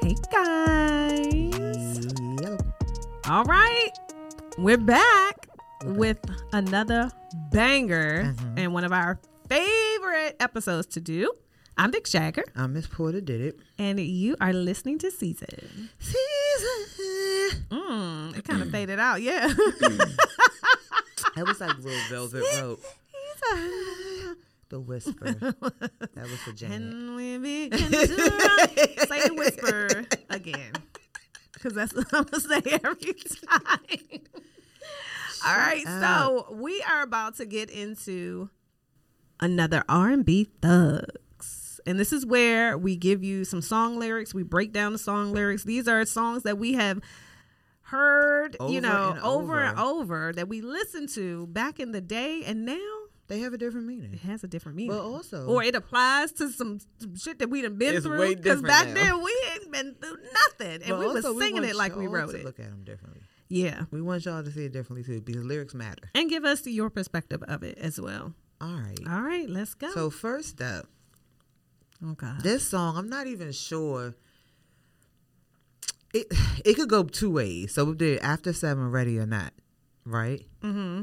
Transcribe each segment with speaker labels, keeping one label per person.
Speaker 1: Hey guys.
Speaker 2: Yep.
Speaker 1: All right. We're back
Speaker 2: We're back.
Speaker 1: with another banger
Speaker 2: Mhm.
Speaker 1: and one of our favorite episodes to do. I'm Vic Shagger,
Speaker 2: I Uh, Miss Porter did it.
Speaker 1: and you are listening to Season.
Speaker 2: Season.
Speaker 1: Mm, it kind of faded out, yeah.
Speaker 2: That was like Little Velvet Rope. The whisper. That was for Janet.
Speaker 1: and we begin to run. say the whisper again, because that's what I'm gonna say every time. All right, so we are about to get into another R&B thugs. And this is where we give you some song lyrics, we break down the song lyrics. These are songs that we have heard, you
Speaker 2: Over
Speaker 1: know,
Speaker 2: and
Speaker 1: over and over that we listened to back in the day and now
Speaker 2: They have a different meaning.
Speaker 1: it has a different meaning.
Speaker 2: But also,
Speaker 1: or it applies to some, some shit that we done been
Speaker 2: It's
Speaker 1: through.
Speaker 2: way different
Speaker 1: back
Speaker 2: now.
Speaker 1: then we ain't been through nothing, and
Speaker 2: but
Speaker 1: we was
Speaker 2: also
Speaker 1: singing
Speaker 2: want
Speaker 1: it like we
Speaker 2: y'all
Speaker 1: wrote
Speaker 2: to
Speaker 1: it.
Speaker 2: Look at them differently.
Speaker 1: Yeah,
Speaker 2: We want y'all to see it differently too because lyrics matter.
Speaker 1: and give us your perspective of it as well.
Speaker 2: All right.
Speaker 1: All right, let's go.
Speaker 2: So first up,
Speaker 1: oh God,
Speaker 2: this song I'm not even sure. It it could go two ways. So we did after seven ready or not, right?
Speaker 1: hmm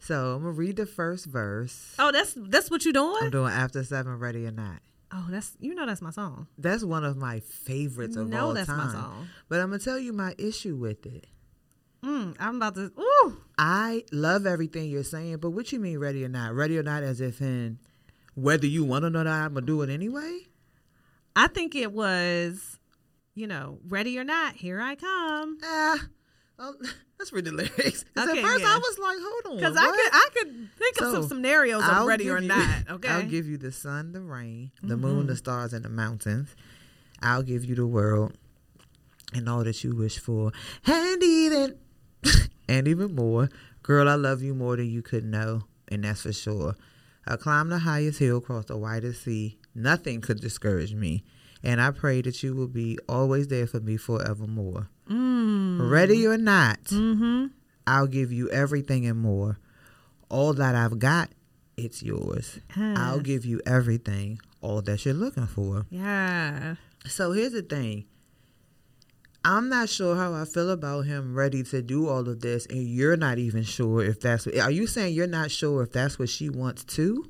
Speaker 2: So I'm gonna read the first verse.
Speaker 1: oh that's that's what you
Speaker 2: I'm
Speaker 1: doing.
Speaker 2: doing after seven ready or not.
Speaker 1: Oh, that's you know that's my song.
Speaker 2: That's one of my favorites of
Speaker 1: no,
Speaker 2: all
Speaker 1: that's
Speaker 2: time.
Speaker 1: my song.
Speaker 2: But I'm gonna tell you my issue with it.
Speaker 1: Mm, I'm about to. Ooh,
Speaker 2: I love everything you're saying, but what you mean ready or not? Ready or not as if in whether you want to know that I'm gonna do it anyway?
Speaker 1: I think it was, you know, ready or not, here I come.
Speaker 2: Ah, um, let's read the lyrics. 'Cause
Speaker 1: Okay,
Speaker 2: at first
Speaker 1: yeah.
Speaker 2: I was like, hold on.
Speaker 1: Because I
Speaker 2: what?
Speaker 1: could I could think of some
Speaker 2: So,
Speaker 1: scenarios of
Speaker 2: I'll
Speaker 1: ready
Speaker 2: give
Speaker 1: or
Speaker 2: you-
Speaker 1: not. Okay, Mm-hmm.
Speaker 2: I'll give you the sun, the rain, the moon, the stars, and the mountains. I'll give you the world and all that you wish for, and even and even more. Girl, I love you more than you could know, and that's for sure. I climb the highest hill, cross the widest sea. Nothing could discourage me. And I pray that you will be always there for me forevermore. Ready or not,
Speaker 1: Mm, mm-hmm.
Speaker 2: I'll give you everything and more. All that I've got, it's yours. I'll
Speaker 1: Yes.
Speaker 2: give you everything, all that you're looking for.
Speaker 1: Yeah.
Speaker 2: So here's the thing. I'm not sure how I feel about him ready to do all of this, and you're not even sure if that's. Are you saying you're not sure if that's what she wants too?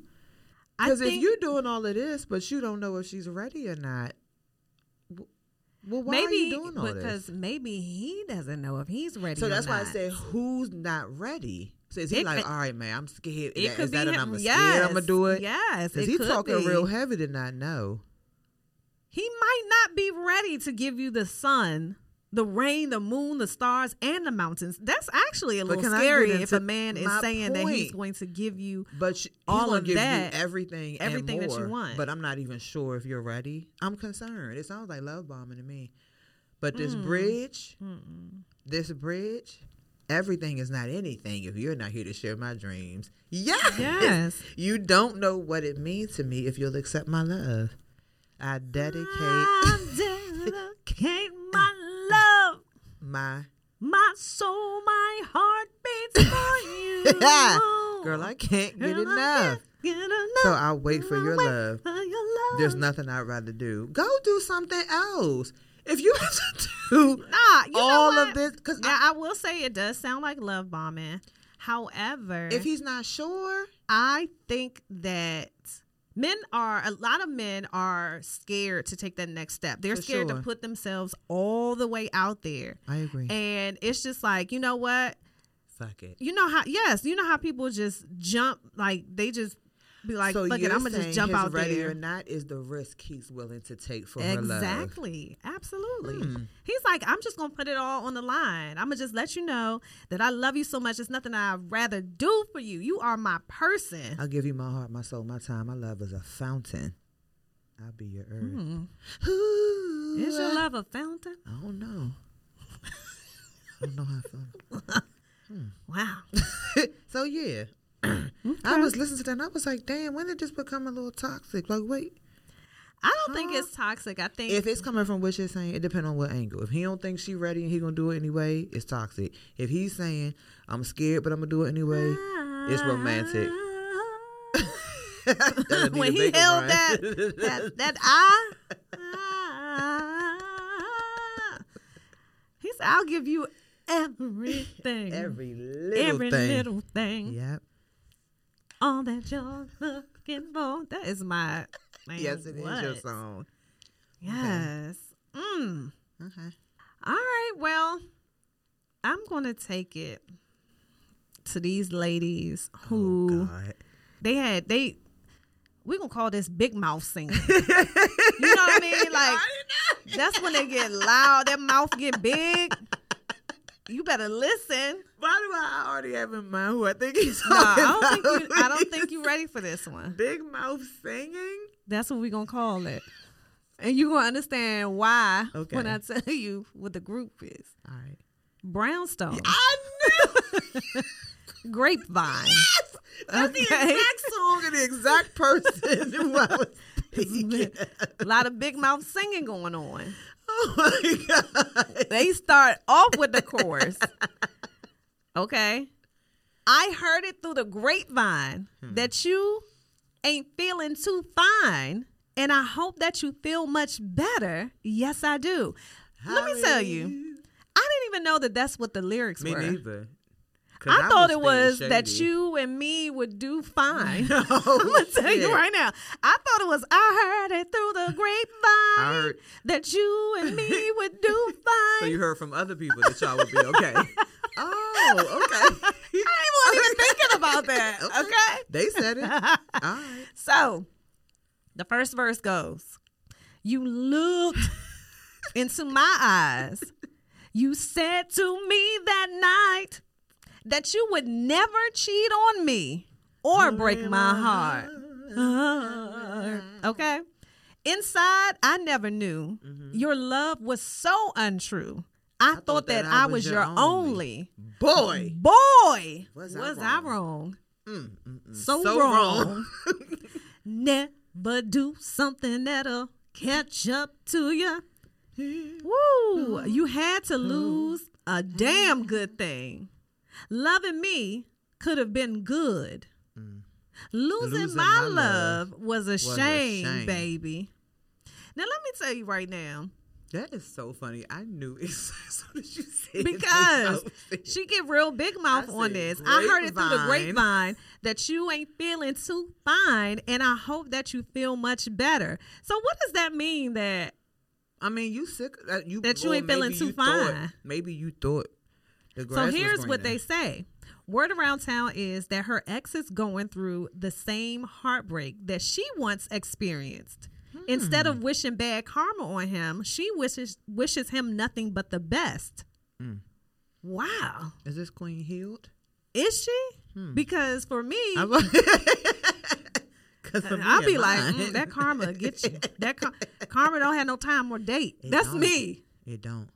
Speaker 1: I
Speaker 2: Because if
Speaker 1: think
Speaker 2: you're doing all of this, but you don't know if she's ready or not, w- well, why are
Speaker 1: maybe
Speaker 2: you doing all this?
Speaker 1: because maybe he doesn't know if he's ready.
Speaker 2: So
Speaker 1: or
Speaker 2: that's why I
Speaker 1: not.
Speaker 2: said, who's not ready? So is he
Speaker 1: It
Speaker 2: like,
Speaker 1: could-
Speaker 2: all right, man, I'm scared. Is
Speaker 1: it
Speaker 2: that-
Speaker 1: could
Speaker 2: is that
Speaker 1: be
Speaker 2: it?
Speaker 1: him.
Speaker 2: I'm scared
Speaker 1: yes,
Speaker 2: I'm going to do it?
Speaker 1: Yes,
Speaker 2: Because
Speaker 1: it
Speaker 2: he
Speaker 1: could
Speaker 2: talking
Speaker 1: be.
Speaker 2: real heavy to not know.
Speaker 1: He might not be ready to give you the sun, the rain, the moon, the stars, and the mountains. That's actually a
Speaker 2: But
Speaker 1: little
Speaker 2: can I get
Speaker 1: scary if
Speaker 2: into
Speaker 1: a man is
Speaker 2: my
Speaker 1: saying that he's
Speaker 2: point?
Speaker 1: going to give you.
Speaker 2: But sh- he's
Speaker 1: All
Speaker 2: gonna
Speaker 1: of
Speaker 2: give
Speaker 1: that-
Speaker 2: you everything, and
Speaker 1: everything that you
Speaker 2: more,
Speaker 1: want.
Speaker 2: But I'm not even sure if you're ready. I'm concerned. It sounds like love bombing to me. But this
Speaker 1: Mm.
Speaker 2: bridge, this bridge, everything is not anything if you're not here to share my dreams. Yes.
Speaker 1: Yes.
Speaker 2: You don't know what it means to me if you'll accept my love. I dedicate
Speaker 1: I dedicate my love,
Speaker 2: my
Speaker 1: my soul, my heart beats for you.
Speaker 2: girl. I can't get
Speaker 1: Girl, I
Speaker 2: enough.
Speaker 1: can't get enough.
Speaker 2: So I'll wait for your
Speaker 1: Wait
Speaker 2: love.
Speaker 1: for your love.
Speaker 2: There's nothing I'd rather do. Go do something else. If you have to do
Speaker 1: Nah, you
Speaker 2: all
Speaker 1: know what?
Speaker 2: of this, because
Speaker 1: Now, I will say it does sound like love bombing. However,
Speaker 2: if he's not sure,
Speaker 1: I think that men are a lot of men are scared to take that next step. They're
Speaker 2: For
Speaker 1: scared to
Speaker 2: sure. Mm.
Speaker 1: put themselves all the way out there.
Speaker 2: I agree.
Speaker 1: And it's just like, you know what?
Speaker 2: Fuck it.
Speaker 1: You know how yes, you know how people just jump like they just be like,
Speaker 2: so
Speaker 1: fuck
Speaker 2: you're
Speaker 1: it, I'm gonna
Speaker 2: saying
Speaker 1: just jump
Speaker 2: his
Speaker 1: out
Speaker 2: ready
Speaker 1: there.
Speaker 2: or not is the risk he's willing to take for her love.
Speaker 1: Exactly. Absolutely.
Speaker 2: Hmm.
Speaker 1: He's like, I'm just gonna put it all on the line. I'm gonna just let you know that I love you so much. It's nothing I'd rather do for you. You are my person.
Speaker 2: I'll give you my heart, my soul, my time. My love is a fountain. I'll be your earth.
Speaker 1: Mm.
Speaker 2: Ooh,
Speaker 1: Is your
Speaker 2: I-
Speaker 1: love a fountain?
Speaker 2: I don't know. I don't know how I feel.
Speaker 1: Wow.
Speaker 2: so yeah, I was listening to that and I was like, damn, when did this become a little toxic? Like, wait,
Speaker 1: I don't think
Speaker 2: Huh?
Speaker 1: it's toxic. I think
Speaker 2: if it's coming from what you're saying, it depends on what angle. If he don't think she ready and he gonna do it anyway, it's toxic. If he's saying I'm scared but I'm gonna do it anyway, it's romantic. That Anita
Speaker 1: Mm. when he
Speaker 2: Baker
Speaker 1: held
Speaker 2: rhyme.
Speaker 1: that that that I, I'll give you everything.
Speaker 2: Every little
Speaker 1: Every
Speaker 2: thing.
Speaker 1: little thing.
Speaker 2: Yep.
Speaker 1: All that you're looking for. That is my. Man,
Speaker 2: yes, it is your
Speaker 1: what?
Speaker 2: song.
Speaker 1: Yes. Mm.
Speaker 2: Okay.
Speaker 1: All right. Well, I'm going to take it to these ladies who
Speaker 2: Oh, God.
Speaker 1: they had they we going to call this big mouth singing. you know what I mean? Like that's when they get loud, their mouth get big. You better listen.
Speaker 2: Why do I already have in mind who I think he's
Speaker 1: No, I
Speaker 2: talking
Speaker 1: don't think you
Speaker 2: about?
Speaker 1: I don't think you're ready for this one.
Speaker 2: Big mouth singing.
Speaker 1: That's what we going to call it. And you going to understand why when
Speaker 2: Okay.
Speaker 1: I tell you what the group is.
Speaker 2: All right.
Speaker 1: Brownstone.
Speaker 2: I knew.
Speaker 1: Grapevine.
Speaker 2: That's the
Speaker 1: Okay.
Speaker 2: exact song and the exact person who I was thinking.
Speaker 1: a lot of big mouth singing going on.
Speaker 2: Oh my god.
Speaker 1: They start off with the chorus. Okay. I heard it through the grapevine
Speaker 2: Hmm.
Speaker 1: that you ain't feeling too fine. And I hope that you feel much better. Yes, I do. Let me tell you, I didn't even know that that's what the lyrics
Speaker 2: Me
Speaker 1: were.
Speaker 2: neither. 'Cause
Speaker 1: I, thought it
Speaker 2: thinking
Speaker 1: was that
Speaker 2: Shady.
Speaker 1: you and me would do fine.
Speaker 2: No,
Speaker 1: I'm gonna tell
Speaker 2: shit.
Speaker 1: you right now. I thought it was I heard it through the grapevine
Speaker 2: I heard-
Speaker 1: that you and me would do fine.
Speaker 2: So you heard from other people that y'all would be okay. oh, okay.
Speaker 1: I wasn't even thinking about that.
Speaker 2: Okay.
Speaker 1: Okay.
Speaker 2: They said it. All right.
Speaker 1: So the first verse goes You looked into my eyes. You said to me that night that you would never cheat on me or break my heart. Okay. Inside, I never knew your love was so untrue. Mm-hmm. I, thought, that, I was, your only.
Speaker 2: Boy.
Speaker 1: Boy,
Speaker 2: Was
Speaker 1: was,
Speaker 2: I
Speaker 1: I wrong?
Speaker 2: wrong? Mm, mm, mm.
Speaker 1: So, wrong.
Speaker 2: wrong.
Speaker 1: Never do something that'll catch up to you. Woo! You had to lose a damn good thing. Loving me could have been good. Losing,
Speaker 2: Losing
Speaker 1: my,
Speaker 2: my love
Speaker 1: love, was, a,
Speaker 2: a
Speaker 1: shame,
Speaker 2: shame.
Speaker 1: baby. Now let me tell you right now,
Speaker 2: That is so funny. I knew it as soon as you said it,
Speaker 1: because
Speaker 2: I said-
Speaker 1: she get real big mouth
Speaker 2: I
Speaker 1: on
Speaker 2: said
Speaker 1: this. I heard it through the
Speaker 2: grapevine.
Speaker 1: grapevine that you ain't feeling too fine, and I hope that you feel much better. So what does that mean? That
Speaker 2: I mean, you sick uh, you
Speaker 1: That you
Speaker 2: or
Speaker 1: ain't feeling
Speaker 2: maybe
Speaker 1: too
Speaker 2: you thought-
Speaker 1: fine.
Speaker 2: maybe you thought the
Speaker 1: so
Speaker 2: grass was
Speaker 1: here's what
Speaker 2: greener.
Speaker 1: they say. Word around town is that her ex is going through the same heartbreak that she once experienced. Instead
Speaker 2: Hmm.
Speaker 1: of wishing bad karma on him, she wishes wishes him nothing but the best.
Speaker 2: Hmm.
Speaker 1: Wow.
Speaker 2: Is this queen healed?
Speaker 1: Is she?
Speaker 2: Hmm.
Speaker 1: Because for me,
Speaker 2: Cause for me,
Speaker 1: I'll be
Speaker 2: am
Speaker 1: like,
Speaker 2: I?
Speaker 1: "Mm, that karma get you. That car- karma don't have no time or date.
Speaker 2: It
Speaker 1: That's
Speaker 2: don't.
Speaker 1: me.
Speaker 2: It don't.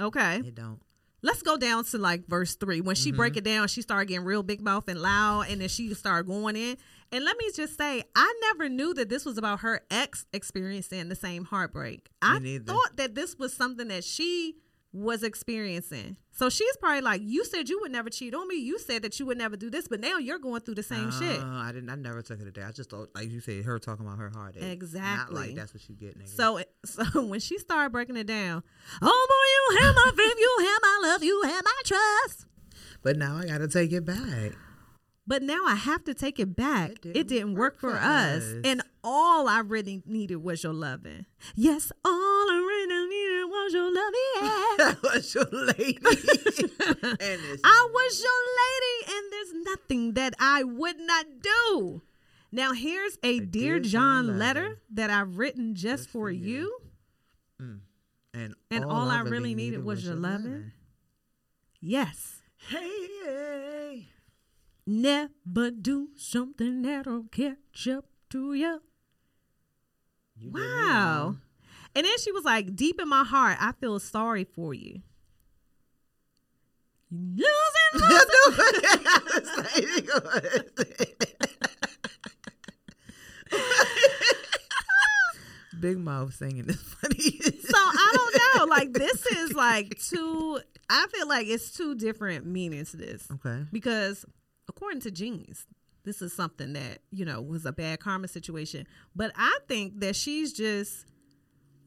Speaker 1: Okay,
Speaker 2: It don't.
Speaker 1: let's go down to like verse three. When she break it down, she started getting real big mouth and loud, and then she started going in. And let me just say, I never knew that this was about her ex experiencing the same heartbreak. I
Speaker 2: neither.
Speaker 1: thought that this was something that she was experiencing. So she's probably like, "You said you would never cheat on me. You said that you would never do this, but now you're going through the same shit."
Speaker 2: Uh, I didn't. I never took it a day. I just thought, like you said, her talking about her heartache. Not
Speaker 1: Exactly.
Speaker 2: like that's what you get, nigga.
Speaker 1: So, it- so when she started breaking it down, oh boy, you have my faith, you have my love, you have my trust.
Speaker 2: but now I gotta take it back.
Speaker 1: But now I have to take it back. It didn't, work, for us.
Speaker 2: us.
Speaker 1: and all I really needed was your loving. Yes, all I really needed was your loving.
Speaker 2: that was your lady. and it's
Speaker 1: I was your lady, and there's nothing that I would not do. Now here's a, dear, John, letter, that I've written just, for, you.
Speaker 2: and,
Speaker 1: and all I really needed was your loving. Yes.
Speaker 2: Hey,
Speaker 1: Never do something that'll catch up to you.
Speaker 2: you did me
Speaker 1: Wow.
Speaker 2: wrong.
Speaker 1: And then she was like, Deep in my heart, I feel sorry for you. You Losing.
Speaker 2: I know what I was saying. Big mouth singing is funny.
Speaker 1: so I don't know. Like, this is like two, I feel like it's two different meanings to this.
Speaker 2: okay.
Speaker 1: Because according to Genius, this is something that, you know, was a bad karma situation. But I think that she's just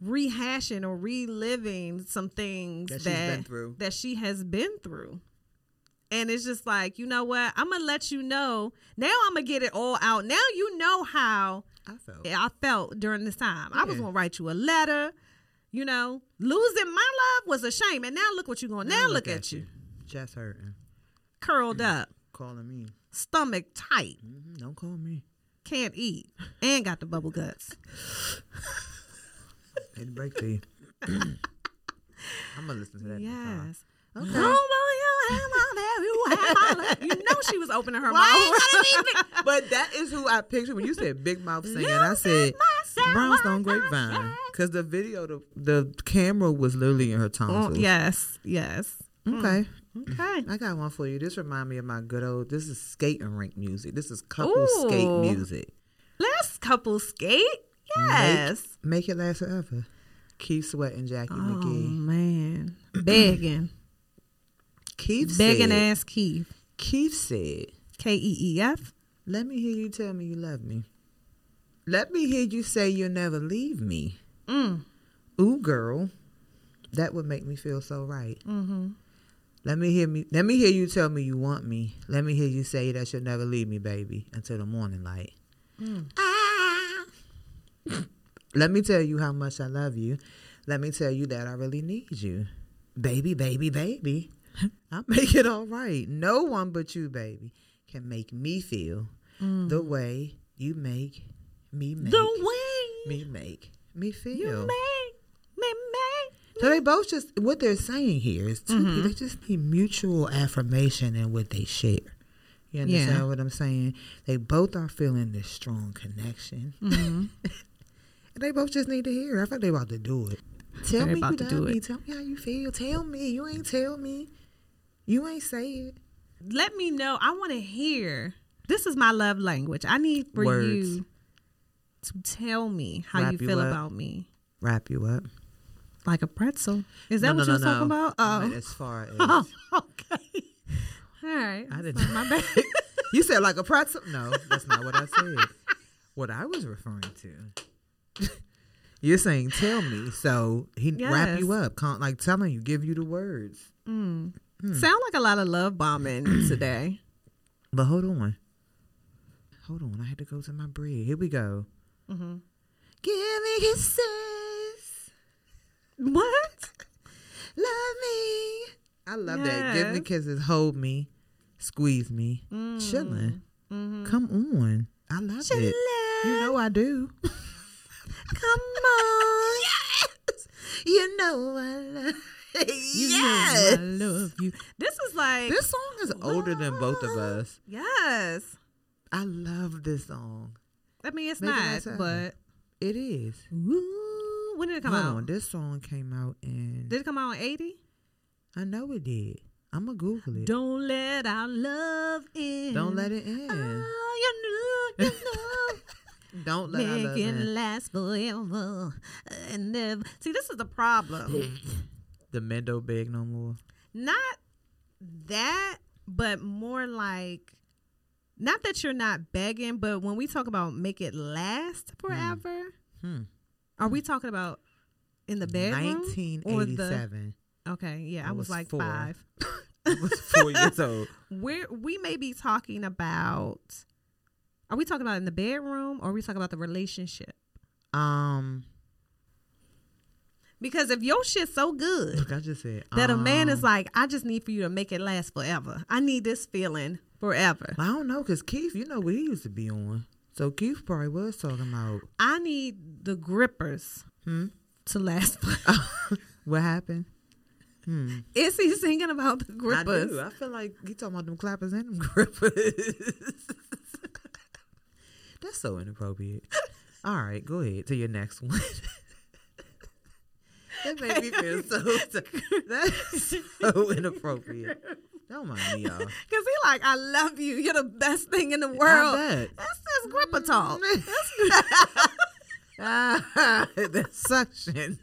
Speaker 1: rehashing or reliving some things
Speaker 2: That
Speaker 1: that,
Speaker 2: she's been through.
Speaker 1: that she has been through. And it's just like, you know what? I'm gonna let you know. Now I'm gonna get it all out. Now you know how
Speaker 2: I felt.
Speaker 1: I felt during this time. I was
Speaker 2: Yeah.
Speaker 1: gonna write you a letter, you know. Losing my love was a shame. And now look what you're going now, look, at, you.
Speaker 2: Chest hurting.
Speaker 1: Curled
Speaker 2: Mm.
Speaker 1: up,
Speaker 2: Calling me.
Speaker 1: stomach tight,
Speaker 2: hmm Don't call me.
Speaker 1: can't eat, and got the bubble guts.
Speaker 2: It'd break to you. I'm gonna listen to that. next time.
Speaker 1: Yes. Okay. you know she was opening her mouth.
Speaker 2: But that is who I pictured when you said big mouth singing. I
Speaker 1: Losing
Speaker 2: said
Speaker 1: myself,
Speaker 2: brownstone
Speaker 1: I
Speaker 2: grapevine
Speaker 1: said.
Speaker 2: because the video, the the camera was literally in her tongue.
Speaker 1: Oh, Mm. yes, yes.
Speaker 2: Okay.
Speaker 1: Okay.
Speaker 2: I got one for you. This remind me of my good old. This is skating rink music. This is couple skate
Speaker 1: Ooh.
Speaker 2: music.
Speaker 1: Let's couple skate. Yes.
Speaker 2: Make it last forever. Keep sweating, Jackie
Speaker 1: oh
Speaker 2: McGee.
Speaker 1: man, begging,
Speaker 2: Keith
Speaker 1: begging
Speaker 2: said.
Speaker 1: ass Keith.
Speaker 2: Keith said.
Speaker 1: K E E F.
Speaker 2: Let me hear you tell me you love me. Let me hear you say you'll never leave me.
Speaker 1: Mm.
Speaker 2: Ooh, girl, that would make me feel so right.
Speaker 1: Mm-hmm.
Speaker 2: Let me hear me. Let me hear you tell me you want me. Let me hear you say that you'll never leave me, baby, until the morning light.
Speaker 1: Mm.
Speaker 2: Ah. Let me tell you how much I love you. Let me tell you that I really need you, baby, baby, baby. I'll make it all right. No one but you, baby, can make me feel the way you make me make
Speaker 1: Mm. The way
Speaker 2: me make me feel.
Speaker 1: you make me make.
Speaker 2: So they both just what they're saying here is two people- they just need mutual affirmation in what they share. You understand
Speaker 1: Yeah.
Speaker 2: what I'm saying? They both are feeling this strong connection. and they both just need to hear. it. I think they about to do it. Tell
Speaker 1: They're
Speaker 2: me
Speaker 1: about
Speaker 2: you
Speaker 1: to
Speaker 2: love
Speaker 1: do
Speaker 2: me.
Speaker 1: it.
Speaker 2: Tell me how you feel. Tell me. You ain't tell me. You ain't say it.
Speaker 1: Let me know. I want to hear. This is my love language. I need for
Speaker 2: Words.
Speaker 1: you to tell me how
Speaker 2: Wrap
Speaker 1: you
Speaker 2: you
Speaker 1: feel
Speaker 2: up.
Speaker 1: about me,
Speaker 2: Wrap you up.
Speaker 1: like a pretzel. Is that
Speaker 2: No,
Speaker 1: what
Speaker 2: no,
Speaker 1: you were
Speaker 2: no,
Speaker 1: talking
Speaker 2: no.
Speaker 1: about?
Speaker 2: I meant
Speaker 1: Oh.
Speaker 2: as far as
Speaker 1: oh, okay. All right.
Speaker 2: I
Speaker 1: That's
Speaker 2: didn't-
Speaker 1: not My bad.
Speaker 2: you said like a pretzel. No, that's not what I said. what I was referring to. You're saying tell me, so he wrap you
Speaker 1: Yes.
Speaker 2: up, con- like telling you, give you the words.
Speaker 1: Mm.
Speaker 2: Hmm.
Speaker 1: Sound like a lot of love bombing today.
Speaker 2: But hold on, hold on. I had to go to my bread. Here we go.
Speaker 1: Mhm.
Speaker 2: Give me kisses,
Speaker 1: What?
Speaker 2: love me. I love that. Give me
Speaker 1: Yes. Mm.
Speaker 2: kisses, hold me, squeeze me, chilling.
Speaker 1: Mm-hmm.
Speaker 2: Come on, I love it. You know I do.
Speaker 1: Come on.
Speaker 2: You know I love.
Speaker 1: You know
Speaker 2: yes.
Speaker 1: I love you. This is like
Speaker 2: This song is older than both of us.
Speaker 1: yes.
Speaker 2: I love this song.
Speaker 1: I mean, it's
Speaker 2: Make it
Speaker 1: not,
Speaker 2: last forever.
Speaker 1: but
Speaker 2: It is.
Speaker 1: ooh, when did it come
Speaker 2: Hold
Speaker 1: out?
Speaker 2: on, this song came out in.
Speaker 1: did it come out in eighty?
Speaker 2: I know it did. I'm gonna Google it.
Speaker 1: Don't let our love in.
Speaker 2: Don't let it
Speaker 1: Ah.
Speaker 2: in.
Speaker 1: Oh, you knew, you know.
Speaker 2: Don't let our
Speaker 1: Make
Speaker 2: love
Speaker 1: it
Speaker 2: in.
Speaker 1: last forever and never. See, this is the problem.
Speaker 2: Oh. The men don't beg no more.
Speaker 1: not that, but more like not that you're not begging, but when we talk about make it last forever,
Speaker 2: Hmm.
Speaker 1: are we talking about in the bedroom? or the
Speaker 2: 1987.
Speaker 1: okay, yeah, I,
Speaker 2: I
Speaker 1: was,
Speaker 2: was
Speaker 1: like
Speaker 2: four.
Speaker 1: five.
Speaker 2: I was four years old.
Speaker 1: Where we may be talking about. Are we talking about in the bedroom or are we talking about the relationship?
Speaker 2: Um,
Speaker 1: Because if your shit's so good
Speaker 2: like I just said,
Speaker 1: that a man is
Speaker 2: um,
Speaker 1: like, I just need for you to make it last forever. I need this feeling forever.
Speaker 2: I don't know, cause Keith, you know what he used to be on. So Keith probably was talking about.
Speaker 1: I need the grippers
Speaker 2: Hmm?
Speaker 1: to last.
Speaker 2: what happened? Hmm.
Speaker 1: Is he singing about the
Speaker 2: I
Speaker 1: grippers?
Speaker 2: do. I feel like you talking about them clappers and them grippers. That's so inappropriate. All right, go ahead to your next one. that made me feel so. That's so inappropriate. Don't mind me, y'all.
Speaker 1: Because he like, I love you. You're the best thing in the world.
Speaker 2: I bet. Mm-hmm.
Speaker 1: That's just gripper talk.
Speaker 2: Ah, the suction.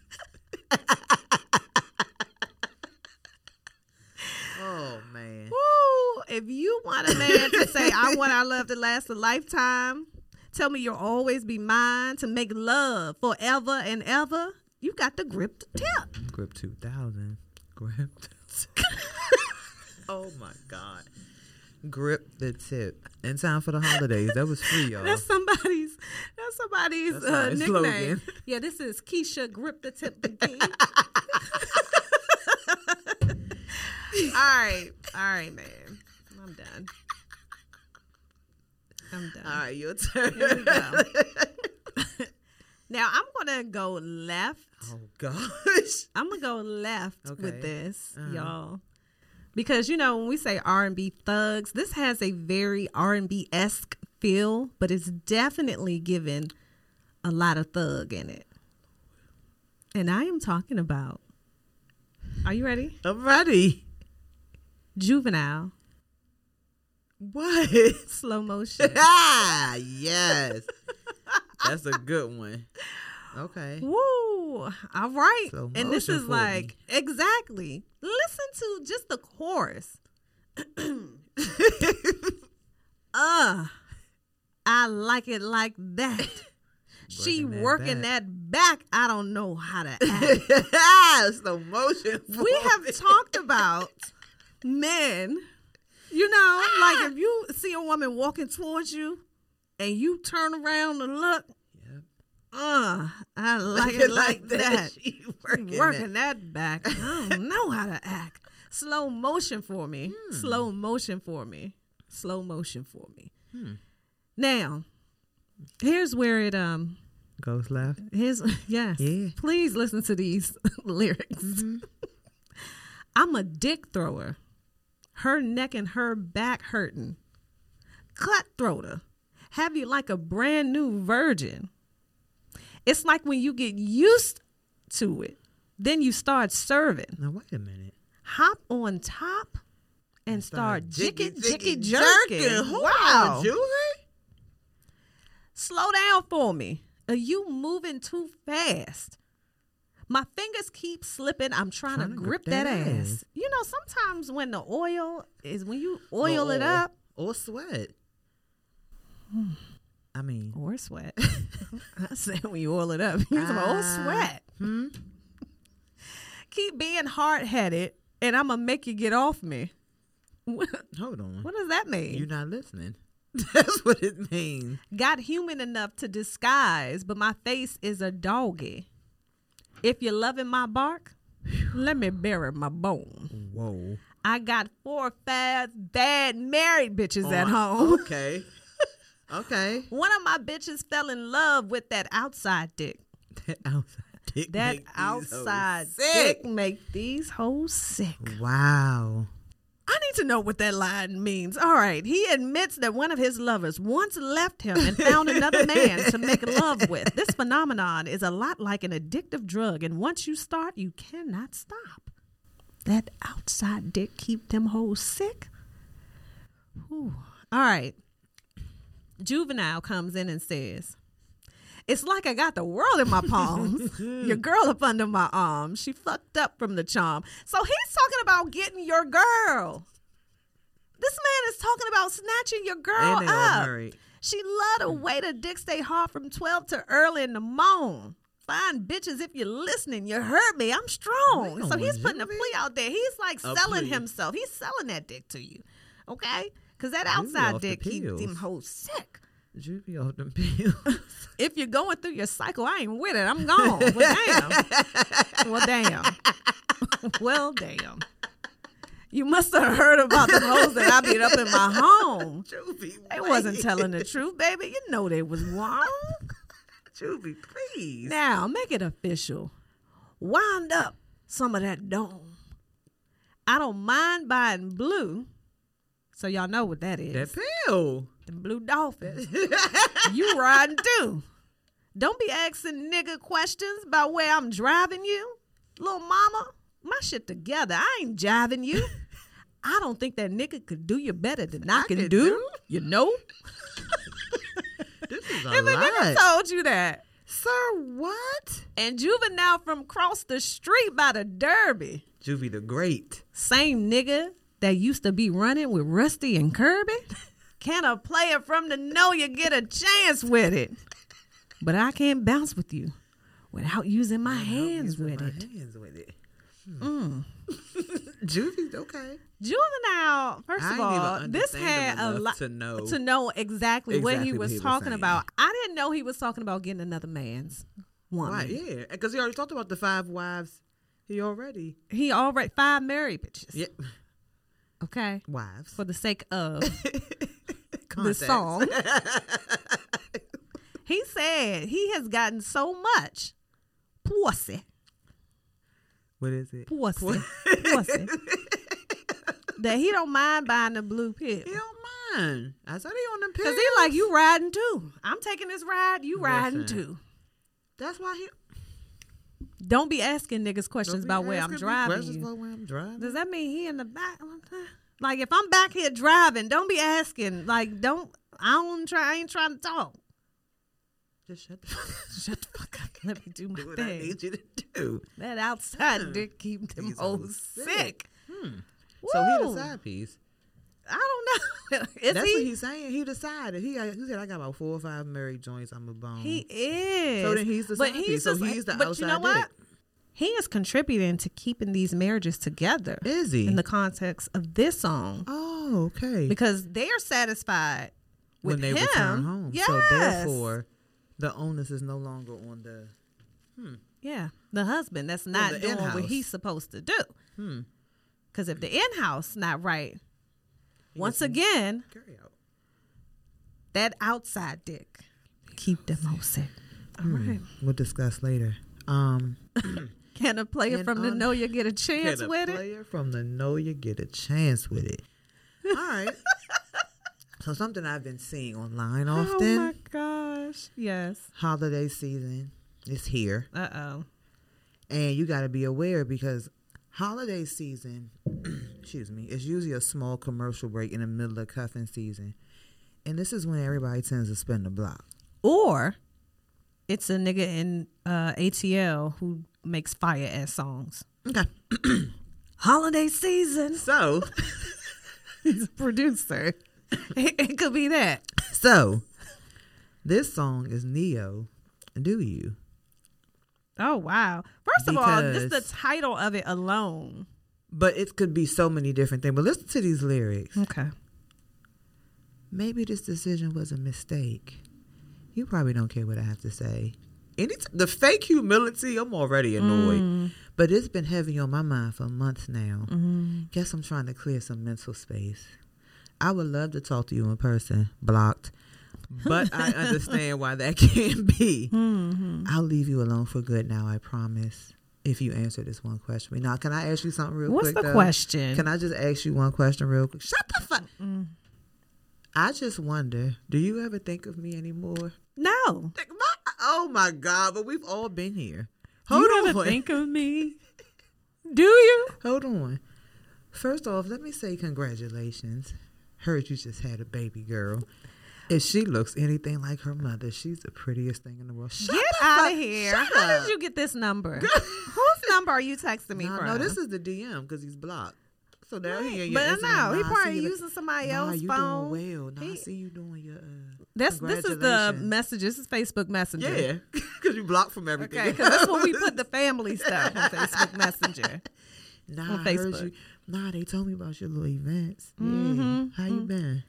Speaker 2: oh man.
Speaker 1: Woo! If you want a man to say, I want our love to last a lifetime, tell me you'll always be mine to make love forever and ever. You got the grip the tip.
Speaker 2: Grip 2000. Grip. oh my God. Grip the tip. In time for the holidays. That was free, y'all.
Speaker 1: That's somebody's. That's somebody's
Speaker 2: That's
Speaker 1: uh,
Speaker 2: not a
Speaker 1: nickname.
Speaker 2: slogan.
Speaker 1: Yeah, this is Keisha grip the tip again. all right, all right, man. I'm done. I'm done.
Speaker 2: All right, your turn.
Speaker 1: Here we go. Now I'm gonna go left.
Speaker 2: oh gosh.
Speaker 1: I'm gonna go left
Speaker 2: Okay.
Speaker 1: with this,
Speaker 2: Uh-huh.
Speaker 1: y'all, because you know when we say R and B thugs, this has a very R and B esque feel, but it's definitely given a lot of thug in it. And I am talking about. Are you ready?
Speaker 2: I'm ready.
Speaker 1: Juvenile
Speaker 2: What?
Speaker 1: slow motion.
Speaker 2: ah, yes. That's a good one. Okay.
Speaker 1: Woo! All right,
Speaker 2: Slow
Speaker 1: and this
Speaker 2: motion
Speaker 1: is
Speaker 2: for
Speaker 1: like exactly. Listen to just the chorus. uh I like it like that. she
Speaker 2: Working that
Speaker 1: working
Speaker 2: back.
Speaker 1: that back. I don't know how to act.
Speaker 2: Slow motion.
Speaker 1: we have talked about men. You know,
Speaker 2: Ah!
Speaker 1: like if you see a woman walking towards you and you turn around and look,
Speaker 2: Yep.
Speaker 1: uh, I like it like that.
Speaker 2: She working,
Speaker 1: working that. back. I don't know how to act. Slow motion for me. Slow motion for me. Slow motion for me. Now, here's where it um
Speaker 2: that. Goes left.
Speaker 1: here's yes.
Speaker 2: Yeah.
Speaker 1: Please listen to these lyrics. I'm a dick thrower. Her neck and her back hurting. Cutthroater. Have you like a brand new virgin. It's like when you get used to it, then you start serving.
Speaker 2: Now wait a minute.
Speaker 1: Hop on top and start, jicky jicky jerking.
Speaker 2: Wow. Julie?
Speaker 1: Slow down for me. Are you moving too fast? My fingers keep slipping. I'm trying, to, grip, that, ass.
Speaker 2: ass.
Speaker 1: You know, sometimes when the oil is when you oil it
Speaker 2: Or-
Speaker 1: up
Speaker 2: Or sweat. I mean,
Speaker 1: or sweat. I said when you oil it up, you some old
Speaker 2: Ah.
Speaker 1: sweat. Keep being hard headed, and I'm gonna make you get off me. What,
Speaker 2: hold on.
Speaker 1: what does that mean?
Speaker 2: You're not listening. That's what it means.
Speaker 1: Got human enough to disguise, but my face is a doggy. If you're loving my bark, let me bury my bone.
Speaker 2: Whoa.
Speaker 1: I got four fast, bad married bitches at
Speaker 2: On-
Speaker 1: home.
Speaker 2: Okay. okay.
Speaker 1: One of my bitches fell in love with that outside dick.
Speaker 2: That outside dick.
Speaker 1: That
Speaker 2: make these hoes
Speaker 1: outside
Speaker 2: sick.
Speaker 1: dick make these hoes sick.
Speaker 2: Wow.
Speaker 1: I need to know what that line means. All right, he admits that one of his lovers once left him and found another man to make love with. This phenomenon is a lot like an addictive drug, and once you start, you cannot stop. That outside dick keep them hoes sick. Whew. All right. Juvenile comes in and says, It's like I got the world in my palms. your girl up under my arm. She fucked up from the charm. So he's talking about getting your girl. This man is talking about snatching your girl
Speaker 2: and they all
Speaker 1: up.
Speaker 2: married.
Speaker 1: She love to
Speaker 2: Mm.
Speaker 1: wait a dick stay hard from 12 to early in the morn. Fine bitches, if you're listening, you heard me. I'm strong.
Speaker 2: Wait
Speaker 1: so
Speaker 2: on,
Speaker 1: he's putting a
Speaker 2: Jimmy.
Speaker 1: plea out there. He's like
Speaker 2: A
Speaker 1: selling
Speaker 2: plea.
Speaker 1: himself. He's selling that dick to you. Okay? Because that
Speaker 2: You
Speaker 1: outside
Speaker 2: off the
Speaker 1: dick keeps
Speaker 2: pills.
Speaker 1: them hoes sick.
Speaker 2: Juvie off them pills.
Speaker 1: If you're going through your cycle, I ain't with it. I'm gone. Well, damn. well, damn. well, damn. You must have heard about the hoes that I beat up in my home.
Speaker 2: Juvie,
Speaker 1: They wasn't
Speaker 2: wait.
Speaker 1: telling the truth, baby. You know they was wrong.
Speaker 2: Juvie, please.
Speaker 1: Now, make it official. Wind up some of that dome. I don't mind buying blue. So y'all know what that is.
Speaker 2: That pill.
Speaker 1: the blue dolphins. you riding too. Don't be asking nigga questions about where I'm driving you. Little mama, my shit together. I ain't jiving you. I don't think that nigga could do you better than I, can do,
Speaker 2: could do.
Speaker 1: You know?
Speaker 2: This is a
Speaker 1: If a nigga
Speaker 2: lot.
Speaker 1: told you that.
Speaker 2: Sir, what?
Speaker 1: and juvenile from across the street by the Derby.
Speaker 2: Juvie the Great.
Speaker 1: Same nigga that used to be running with Rusty and Kirby. Can a player from the know you get a chance with it? But I can't bounce with you. without using my
Speaker 2: I'll
Speaker 1: hands
Speaker 2: use
Speaker 1: with
Speaker 2: my
Speaker 1: it.
Speaker 2: Hands with it.
Speaker 1: Mm.
Speaker 2: Juvie's okay.
Speaker 1: Juvenile, first
Speaker 2: I
Speaker 1: of
Speaker 2: didn't even
Speaker 1: all, this
Speaker 2: understand him
Speaker 1: had a
Speaker 2: enough
Speaker 1: lot
Speaker 2: to know.
Speaker 1: to know exactly, what
Speaker 2: Exactly
Speaker 1: he
Speaker 2: what
Speaker 1: was
Speaker 2: he was
Speaker 1: talking
Speaker 2: saying.
Speaker 1: about. I didn't know he was talking about getting another man's woman.
Speaker 2: Right, yeah, because he already talked about the five wives. He already
Speaker 1: He already five married bitches.
Speaker 2: yeah
Speaker 1: Okay.
Speaker 2: wives.
Speaker 1: For the sake of the
Speaker 2: Context.
Speaker 1: song. he said he has gotten so much pussy.
Speaker 2: What is it?
Speaker 1: pussy, pussy. that he don't mind buying the blue pill.
Speaker 2: He don't mind. I said he on them
Speaker 1: Cause
Speaker 2: pills.
Speaker 1: he like you riding too. I'm taking this ride. You riding
Speaker 2: Listen.
Speaker 1: too.
Speaker 2: That's why he.
Speaker 1: Don't be asking niggas
Speaker 2: don't
Speaker 1: questions
Speaker 2: be
Speaker 1: about where I'm
Speaker 2: asking me
Speaker 1: driving.
Speaker 2: questions
Speaker 1: You.
Speaker 2: about where I'm driving.
Speaker 1: Does that mean he in the back? Like if I'm back here driving, don't be asking. Like don't. I don't try. I ain't trying to talk.
Speaker 2: Just shut the fuck up.
Speaker 1: Shut the fuck up. Let me do my
Speaker 2: Do what I
Speaker 1: thing.
Speaker 2: need you to do.
Speaker 1: That outside dick keep them
Speaker 2: These
Speaker 1: hoes
Speaker 2: hoes
Speaker 1: sick.
Speaker 2: sick. Hmm. So he
Speaker 1: Woo.
Speaker 2: the side piece.
Speaker 1: I don't know. Is
Speaker 2: That's
Speaker 1: he?
Speaker 2: what he's saying. He decided. He, got- he said, I got about four or five married joints. I'm a bone.
Speaker 1: He is.
Speaker 2: So then he's the
Speaker 1: but
Speaker 2: centerpiece.
Speaker 1: he's
Speaker 2: So
Speaker 1: just like-
Speaker 2: he's the
Speaker 1: but you know
Speaker 2: outside
Speaker 1: what? He is contributing to keeping these marriages together
Speaker 2: is he?
Speaker 1: in the context of this song
Speaker 2: oh, okay.
Speaker 1: because they are satisfied with
Speaker 2: when they
Speaker 1: him.
Speaker 2: return home.
Speaker 1: Yes.
Speaker 2: So therefore, the onus is no longer on the.
Speaker 1: yeah, the husband that's not
Speaker 2: the
Speaker 1: doing what
Speaker 2: in-house. Hmm.
Speaker 1: he's supposed to do. Because if the in house not right, once again,
Speaker 2: Carry out.
Speaker 1: that outside dick keep them all sick. All right.
Speaker 2: We'll discuss later. Um,
Speaker 1: Can a player
Speaker 2: And
Speaker 1: from the
Speaker 2: on-
Speaker 1: know you get a chance
Speaker 2: can a
Speaker 1: with it?
Speaker 2: player from the know you get a chance with it. All right. so something I've been seeing online often.
Speaker 1: Oh my gosh. Yes.
Speaker 2: Holiday season is here.
Speaker 1: Uh oh.
Speaker 2: and you got to be aware because holiday season excuse me is usually a small commercial break in the middle of cuffing season and this is when everybody tends to spend the block
Speaker 1: Or it's a nigga in uh, ATL who makes fire ass songs.
Speaker 2: okay
Speaker 1: Holiday season.
Speaker 2: so
Speaker 1: He's a producer. it, it could be that.
Speaker 2: so this song is neo do you
Speaker 1: Oh wow. First of all, just the
Speaker 2: Because-
Speaker 1: title of it alone.
Speaker 2: but it could be so many different things but listen to these lyrics
Speaker 1: Okay.
Speaker 2: maybe this decision was a mistake you probably don't care what i have to say Any t- the fake humility i'm already annoyed
Speaker 1: Mm.
Speaker 2: but it's been heavy on my mind for months now
Speaker 1: Mm-hmm.
Speaker 2: Guess I'm trying to clear some mental space. I would love to talk to you in person, blocked, but I understand why that can't be.
Speaker 1: Mm-hmm.
Speaker 2: I'll leave you alone for good now, I promise. If you answer this one question, now can I ask you something real
Speaker 1: What's
Speaker 2: quick?
Speaker 1: the
Speaker 2: though?
Speaker 1: question?
Speaker 2: Can I just ask you one question real quick? Shut the fuck. I just wonder, do you ever think of me anymore?
Speaker 1: no.
Speaker 2: Like, my- oh my god! But we've all been here.
Speaker 1: Do
Speaker 2: Hold
Speaker 1: you
Speaker 2: on.
Speaker 1: ever think of me? Do you?
Speaker 2: Hold on. First off, let me say congratulations. Heard you just had a baby girl. If she looks anything like her mother, she's the prettiest thing in the world. Shut
Speaker 1: Get
Speaker 2: the
Speaker 1: out
Speaker 2: fuck-
Speaker 1: of here.
Speaker 2: shut
Speaker 1: How
Speaker 2: up.
Speaker 1: did you get this number? Whose number are you texting me
Speaker 2: No,
Speaker 1: from?
Speaker 2: no, this is the DM because he's blocked. So now he in your
Speaker 1: But
Speaker 2: Instagram.
Speaker 1: no, he
Speaker 2: Nah, I
Speaker 1: probably
Speaker 2: see you-
Speaker 1: using somebody
Speaker 2: nah,
Speaker 1: else's
Speaker 2: you
Speaker 1: phone.
Speaker 2: doing well. Nah, I
Speaker 1: He-
Speaker 2: see you doing your. Uh,
Speaker 1: That's this is the
Speaker 2: congratulations.
Speaker 1: message. This is Facebook Messenger.
Speaker 2: yeah, because you blocked from everything.
Speaker 1: Okay, because that's where we put the family stuff on Facebook Messenger.
Speaker 2: nah,
Speaker 1: on
Speaker 2: I heard
Speaker 1: Facebook.
Speaker 2: you. Nah, they told me about your little events. Yeah, how you been?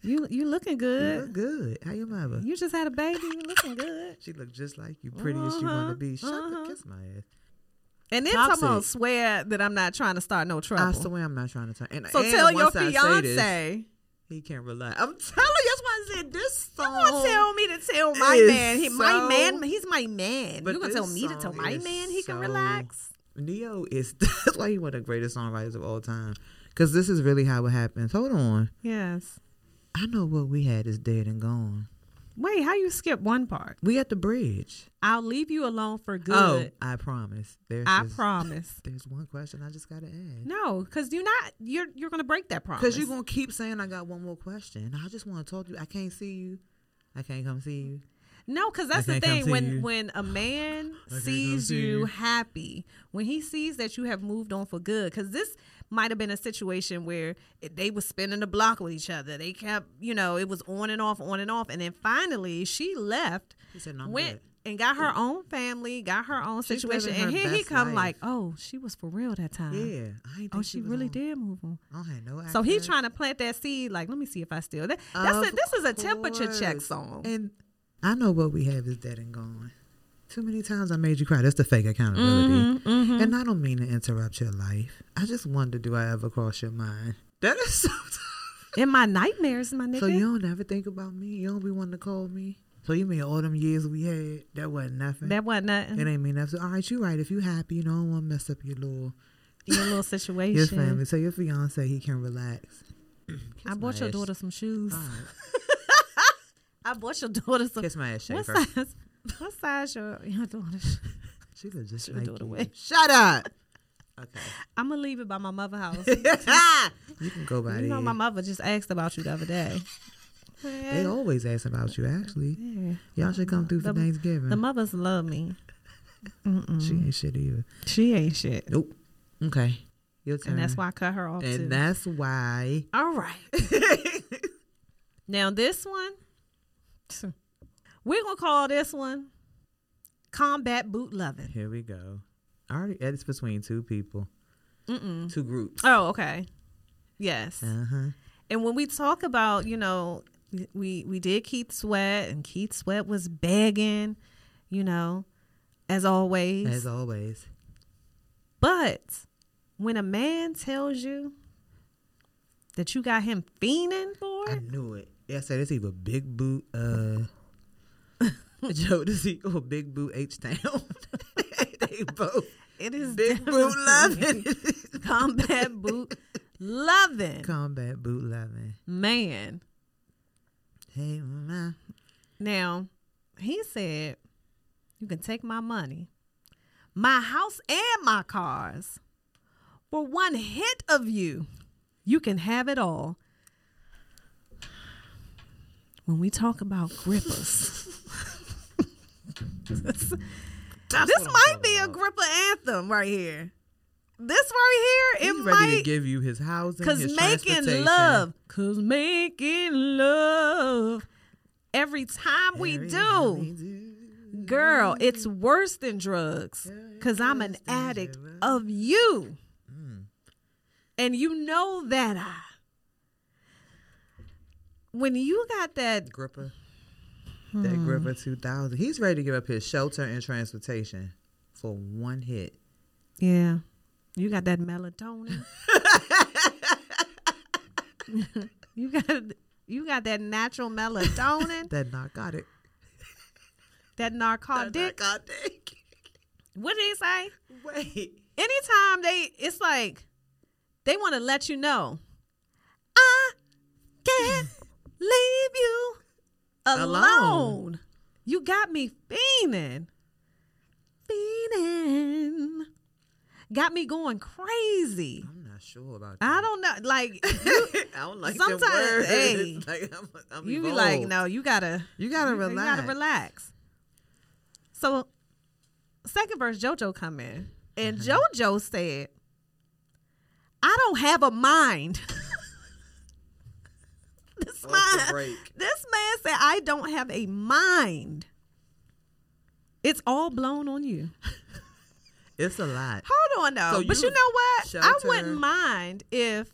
Speaker 1: You you looking
Speaker 2: You look
Speaker 1: Mm-hmm. good.
Speaker 2: good. How your mother?
Speaker 1: You just had a baby. You looking good.
Speaker 2: She looked just like you, pretty as you want
Speaker 1: Uh-huh,
Speaker 2: to be. Shut
Speaker 1: uh-huh.
Speaker 2: the kiss my ass.
Speaker 1: And then
Speaker 2: Toxic.
Speaker 1: someone swear that I'm not trying to start no
Speaker 2: I
Speaker 1: trouble.
Speaker 2: swear I'm not trying to turn. And,
Speaker 1: so
Speaker 2: and
Speaker 1: tell your
Speaker 2: once I say this,
Speaker 1: fiance.
Speaker 2: he can't rely. I'm telling you, that's why I said this
Speaker 1: You
Speaker 2: song.
Speaker 1: gonna tell me to tell my
Speaker 2: is
Speaker 1: man? He, my
Speaker 2: so-
Speaker 1: man. He's my man.
Speaker 2: But
Speaker 1: You gonna
Speaker 2: this
Speaker 1: tell me to tell
Speaker 2: song
Speaker 1: my
Speaker 2: is
Speaker 1: man he can
Speaker 2: so-
Speaker 1: relax?
Speaker 2: Neo is that's why he one of the greatest songwriters of all time. Because this is really how it happens. Hold on,
Speaker 1: Yes.
Speaker 2: I know what we had is dead and gone.
Speaker 1: Wait, how you skip one part?
Speaker 2: We at the bridge.
Speaker 1: I'll leave you alone for good.
Speaker 2: Oh, I promise. There's
Speaker 1: I
Speaker 2: this-
Speaker 1: promise.
Speaker 2: There's one question I just gotta ask.
Speaker 1: No, because you're not. You're you're gonna break that promise.
Speaker 2: Because you're gonna keep saying I got one more question. I just want to talk to you. I can't see you. I can't come see you.
Speaker 1: no, because that's the
Speaker 2: can't come
Speaker 1: thing.
Speaker 2: see
Speaker 1: When
Speaker 2: you.
Speaker 1: when a man
Speaker 2: come
Speaker 1: sees
Speaker 2: see
Speaker 1: you
Speaker 2: you.
Speaker 1: happy, when he sees that you have moved on for good, because this might have been a situation where it- they was spinning the block with each other. They kept, you know, it was on and off, on and off, and then finally she left.
Speaker 2: He said, "No, I'm
Speaker 1: went
Speaker 2: good."
Speaker 1: and got her own family, got her own
Speaker 2: She's
Speaker 1: situation,
Speaker 2: living
Speaker 1: and
Speaker 2: her
Speaker 1: here he
Speaker 2: best
Speaker 1: come like,
Speaker 2: life.
Speaker 1: oh, she was for real that time.
Speaker 2: Yeah, I ain't
Speaker 1: Oh,
Speaker 2: think
Speaker 1: she,
Speaker 2: was
Speaker 1: really
Speaker 2: on-
Speaker 1: did move on.
Speaker 2: I had no idea.
Speaker 1: So he's trying to plant that seed. Like, let me see if I still that. That's a,
Speaker 2: Of
Speaker 1: this is a temperature check
Speaker 2: course.
Speaker 1: song.
Speaker 2: And I know what we have is dead and gone. Too many times I made you cry. That's the fake accountability.
Speaker 1: Mhm, mhm.
Speaker 2: And I don't mean to interrupt your life. I just wonder, do I ever cross your mind? That is so.
Speaker 1: In my nightmares, my nigga.
Speaker 2: so you don't ever think about me. You don't be wanting to call me. So you mean all them years we had that wasn't nothing.
Speaker 1: that wasn't nothing.
Speaker 2: it ain't mean nothing. So, all right, you right. If you happy, you know, I don't want to mess up your little
Speaker 1: Your little
Speaker 2: your
Speaker 1: situation.
Speaker 2: family. So your fiance he can relax.
Speaker 1: I
Speaker 2: Kiss
Speaker 1: bought
Speaker 2: my
Speaker 1: your
Speaker 2: ass.
Speaker 1: daughter some shoes.
Speaker 2: All right.
Speaker 1: I bought your daughter some.
Speaker 2: Kiss my ass,
Speaker 1: What
Speaker 2: Schaefer.
Speaker 1: size? What size your your daughter?
Speaker 2: She look just
Speaker 1: She
Speaker 2: like
Speaker 1: would do it
Speaker 2: you.
Speaker 1: away.
Speaker 2: Shut up. Okay.
Speaker 1: I'm gonna leave it by my mother house.
Speaker 2: you can go by
Speaker 1: You know,
Speaker 2: there.
Speaker 1: my mother just asked about you the other day.
Speaker 2: They always ask about you. Actually,
Speaker 1: Yeah.
Speaker 2: y'all should come through for
Speaker 1: The-
Speaker 2: Thanksgiving.
Speaker 1: The mothers love me.
Speaker 2: Mm. she
Speaker 1: Mm-mm.
Speaker 2: ain't shit either.
Speaker 1: She ain't shit.
Speaker 2: Nope. Okay. Your turn.
Speaker 1: And that's why I cut her off
Speaker 2: And
Speaker 1: too.
Speaker 2: that's why.
Speaker 1: All right. Now this one, we're gonna call this one combat boot loving.
Speaker 2: Here we go. I already it's between two people,
Speaker 1: Mm-mm. Uh-huh.
Speaker 2: two groups.
Speaker 1: Oh, okay. Yes.
Speaker 2: Uh huh.
Speaker 1: And when we talk about, you know, we we did Keith Sweat, and Keith Sweat was begging, you know, as always.
Speaker 2: As always.
Speaker 1: but when a man tells you that you got him fiending for
Speaker 2: I
Speaker 1: it,
Speaker 2: knew it. Yeah, I said it's either Big Boot, uh, Joe Dizzy or Big Boot H Town. they both
Speaker 1: it is
Speaker 2: Big Boot loving,
Speaker 1: combat boot loving
Speaker 2: combat boot loving.
Speaker 1: man.
Speaker 2: Hey, ma.
Speaker 1: Now, he said, You can take my money, my house, and my cars. For one hit of you, you can have it all. When we talk about grippers, this, this might be a gripper anthem right here. This right here,
Speaker 2: He's
Speaker 1: it
Speaker 2: ready to
Speaker 1: might
Speaker 2: give you his housing,
Speaker 1: Cause
Speaker 2: his
Speaker 1: making
Speaker 2: transportation.
Speaker 1: love, cause making love every time we
Speaker 2: Every time we
Speaker 1: do, girl, it's
Speaker 2: Mm.
Speaker 1: worse than drugs. Cause I'm an
Speaker 2: Worse than
Speaker 1: addict
Speaker 2: drugs. Mm.
Speaker 1: of you, and you know that I. When you got that,
Speaker 2: Gripper.
Speaker 1: Hmm.
Speaker 2: That Gripper 2000. He's ready to give up his shelter and transportation for one hit.
Speaker 1: yeah, you got that melatonin. you got you got that natural melatonin,
Speaker 2: That narcotic.
Speaker 1: that narcotic.
Speaker 2: Narcotic.
Speaker 1: What did he say?
Speaker 2: Wait.
Speaker 1: anytime they it's like they want to let you know i can't leave you alone.
Speaker 2: Alone.
Speaker 1: you got me fiending fiending got me going crazy
Speaker 2: I'm not sure about
Speaker 1: i
Speaker 2: that.
Speaker 1: don't know like
Speaker 2: I don't like
Speaker 1: Sometimes-
Speaker 2: them words.
Speaker 1: hey,
Speaker 2: like, I'm, I'm
Speaker 1: you be like
Speaker 2: evolved.
Speaker 1: no you gotta
Speaker 2: You gotta
Speaker 1: you-
Speaker 2: relax.
Speaker 1: You gotta relax. So, second verse, JoJo come in, and
Speaker 2: Mm-hmm.
Speaker 1: JoJo said, "I don't have a mind." this
Speaker 2: Off the
Speaker 1: man,
Speaker 2: break.
Speaker 1: this man said, "I don't have a mind." It's all blown on you.
Speaker 2: It's a lot.
Speaker 1: Hold on though,
Speaker 2: So
Speaker 1: but
Speaker 2: you
Speaker 1: you know what? I
Speaker 2: shelter-
Speaker 1: wouldn't mind if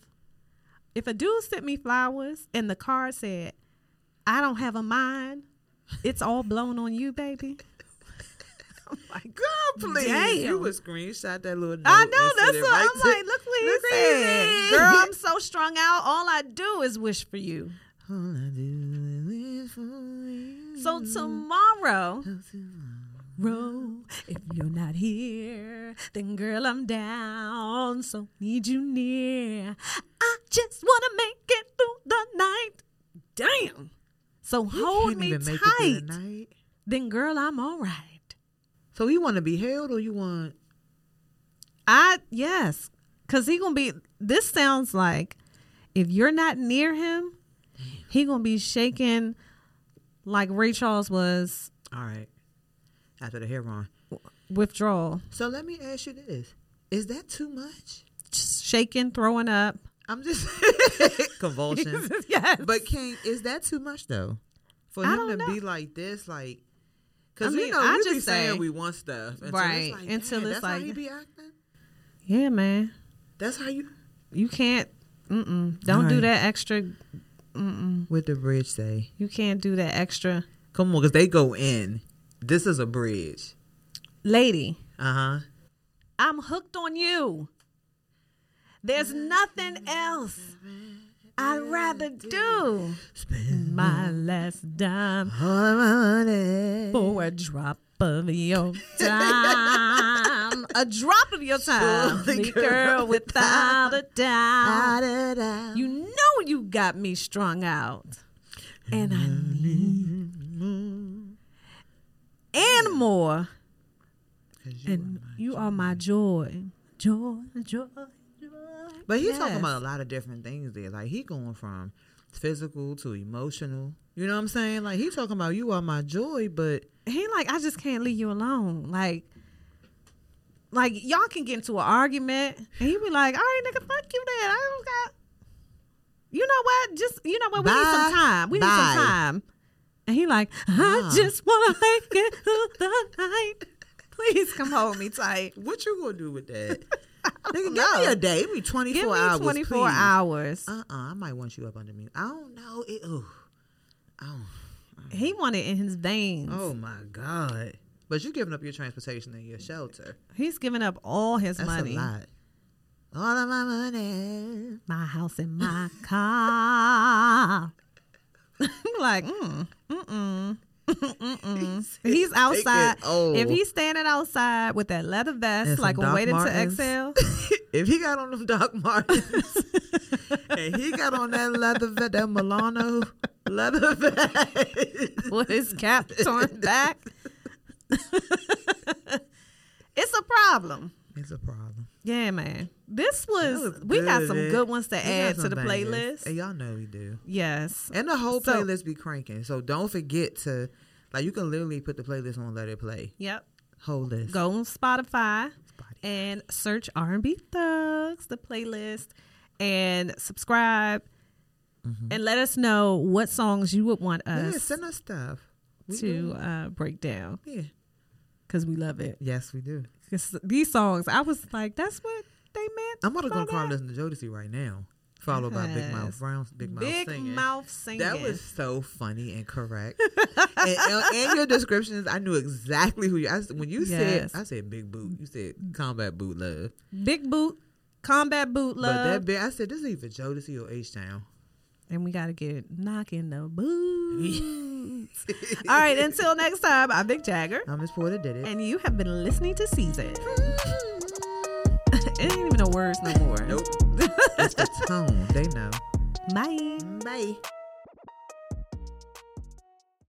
Speaker 1: if a dude sent me flowers and the card said, "I don't have a mind." It's all blown on you, baby. I'm like,
Speaker 2: Girl, please. You
Speaker 1: Damn.
Speaker 2: would screenshot that little note.
Speaker 1: I know
Speaker 2: and send
Speaker 1: that's
Speaker 2: it
Speaker 1: what
Speaker 2: right
Speaker 1: I'm
Speaker 2: to-
Speaker 1: like. Look what he
Speaker 2: Look what he
Speaker 1: said.
Speaker 2: said.
Speaker 1: Girl, I'm so strung out. All I do is wish for you.
Speaker 2: All I do is for you.
Speaker 1: So tomorrow,
Speaker 2: Tomorrow.
Speaker 1: row. If you're not here, then girl, I'm down. So need you near. I just wanna make it through the night. Damn. So hold
Speaker 2: Can't
Speaker 1: me
Speaker 2: even make it through the
Speaker 1: tight.
Speaker 2: night.
Speaker 1: Then girl, I'm all right.
Speaker 2: So you want to be held or you want?
Speaker 1: I yes, cause he gonna be. This sounds like if you're not near him, he gonna be shaking like Ray Charles was
Speaker 2: All right. After the hair on.
Speaker 1: withdrawal,
Speaker 2: So let me ask you this: Is that too much?
Speaker 1: just shaking, throwing up.
Speaker 2: I'm just convulsions.
Speaker 1: yes.
Speaker 2: But can is that too much though? For
Speaker 1: I
Speaker 2: him
Speaker 1: don't
Speaker 2: to
Speaker 1: know.
Speaker 2: be like this, like Because
Speaker 1: I
Speaker 2: you
Speaker 1: mean,
Speaker 2: know,
Speaker 1: I
Speaker 2: we be
Speaker 1: just
Speaker 2: saying
Speaker 1: say-
Speaker 2: we want stuff, until
Speaker 1: Right,
Speaker 2: It's like,
Speaker 1: until
Speaker 2: "Damn,
Speaker 1: it's
Speaker 2: that's how
Speaker 1: like-
Speaker 2: you be acting.
Speaker 1: Yeah, man.
Speaker 2: That's how you.
Speaker 1: You can't. Mm-mm. Don't do
Speaker 2: Right.
Speaker 1: that extra. Mm-mm.
Speaker 2: What the bridge say?
Speaker 1: You can't do that extra,
Speaker 2: Come on, because they go in. This is a bridge.
Speaker 1: lady.
Speaker 2: Uh
Speaker 1: Uh-huh.
Speaker 2: huh.
Speaker 1: I'm hooked on you. There's nothing else I'd rather do.
Speaker 2: Spend
Speaker 1: My last dime
Speaker 2: all my money.
Speaker 1: for a drop of your time. a drop of your time.
Speaker 2: Surely,
Speaker 1: me
Speaker 2: girl,
Speaker 1: girl, without a doubt.
Speaker 2: Da-da-da.
Speaker 1: You know you got me strung out. And I need and more.
Speaker 2: 'Cause you-
Speaker 1: And you are my joy. Joy, joy, joy.
Speaker 2: But he's talking
Speaker 1: Yes.
Speaker 2: about a lot of different things there. Like he going from physical to emotional. You know what I'm saying? Like he talking about you are my joy, but
Speaker 1: he like I just can't leave you alone. Like, like y'all can get into an argument, and he be like, "All right, nigga, fuck you, then. I don't got." You know what? Just you know what? We need
Speaker 2: Bye.
Speaker 1: some time. We need
Speaker 2: Bye.
Speaker 1: some time. And he like, I
Speaker 2: Ah.
Speaker 1: just wanna make it through the night. Please come hold me tight.
Speaker 2: what you gonna do with that?
Speaker 1: I
Speaker 2: Nigga,
Speaker 1: don't
Speaker 2: give me
Speaker 1: know.
Speaker 2: a day. It be 24
Speaker 1: Give me
Speaker 2: hours.
Speaker 1: 24
Speaker 2: please.
Speaker 1: hours.
Speaker 2: Uh-uh. I might want you up under me. I don't know. It, ooh. I don't.
Speaker 1: He wanted in his veins.
Speaker 2: Oh my God. But you giving up your transportation and your shelter.
Speaker 1: He's giving up all his
Speaker 2: That's
Speaker 1: money.
Speaker 2: a lot. All of my money.
Speaker 1: my house and my car. I'm like, mm, mm-mm. Mm-mm. He's outside.
Speaker 2: old.
Speaker 1: If he's standing outside with that leather vest,
Speaker 2: And some
Speaker 1: like
Speaker 2: Doc
Speaker 1: waiting to
Speaker 2: Martens.
Speaker 1: exhale,
Speaker 2: if he got on them Doc Martens and he got on that leather vest, that Milano leather vest.
Speaker 1: with his cap torn back, it's a problem.
Speaker 2: It's a problem.
Speaker 1: Yeah, man. This was,
Speaker 2: That was
Speaker 1: we got
Speaker 2: good,
Speaker 1: some
Speaker 2: eh?
Speaker 1: good ones to
Speaker 2: We got
Speaker 1: add to
Speaker 2: some
Speaker 1: the
Speaker 2: bangers.
Speaker 1: playlist.
Speaker 2: And y'all know we do.
Speaker 1: Yes.
Speaker 2: And the whole
Speaker 1: So-
Speaker 2: playlist be cranking. So don't forget to, like, you can literally put the playlist on Let It Play.
Speaker 1: Yep.
Speaker 2: Whole list.
Speaker 1: Go on Spotify.
Speaker 2: Body.
Speaker 1: and search R&B Thugs the playlist and subscribe and let us know what songs you would want
Speaker 2: Mm-hmm. Yeah,
Speaker 1: us
Speaker 2: send us stuff. We
Speaker 1: to
Speaker 2: do.
Speaker 1: uh, break down
Speaker 2: Yeah.
Speaker 1: because we love it.
Speaker 2: Yes, we do.
Speaker 1: 'Cause these songs, I was like, that's what they meant.
Speaker 2: I'm about to
Speaker 1: by
Speaker 2: go call and
Speaker 1: that?
Speaker 2: listen to Jodeci right now, followed by Big Mouth
Speaker 1: Yes.
Speaker 2: Brown. Big Mouth
Speaker 1: Big
Speaker 2: singing.
Speaker 1: mouth singing.
Speaker 2: That was so funny and correct. and, and, and your descriptions, I knew exactly who you. I, s- when you said,
Speaker 1: Yes.
Speaker 2: I said big boot. You said combat boot love.
Speaker 1: big boot, combat boot
Speaker 2: But that
Speaker 1: love,
Speaker 2: big, I said this is either Jodeci or H Town.
Speaker 1: and we gotta get knocking the boots. All right, until next time, I'm Big Jagger,
Speaker 2: I'm Miss Porter did it.
Speaker 1: and you have been listening to Season. it ain't even the words no more.
Speaker 2: Nope. it's the tone. They know.
Speaker 1: Bye.
Speaker 2: Bye.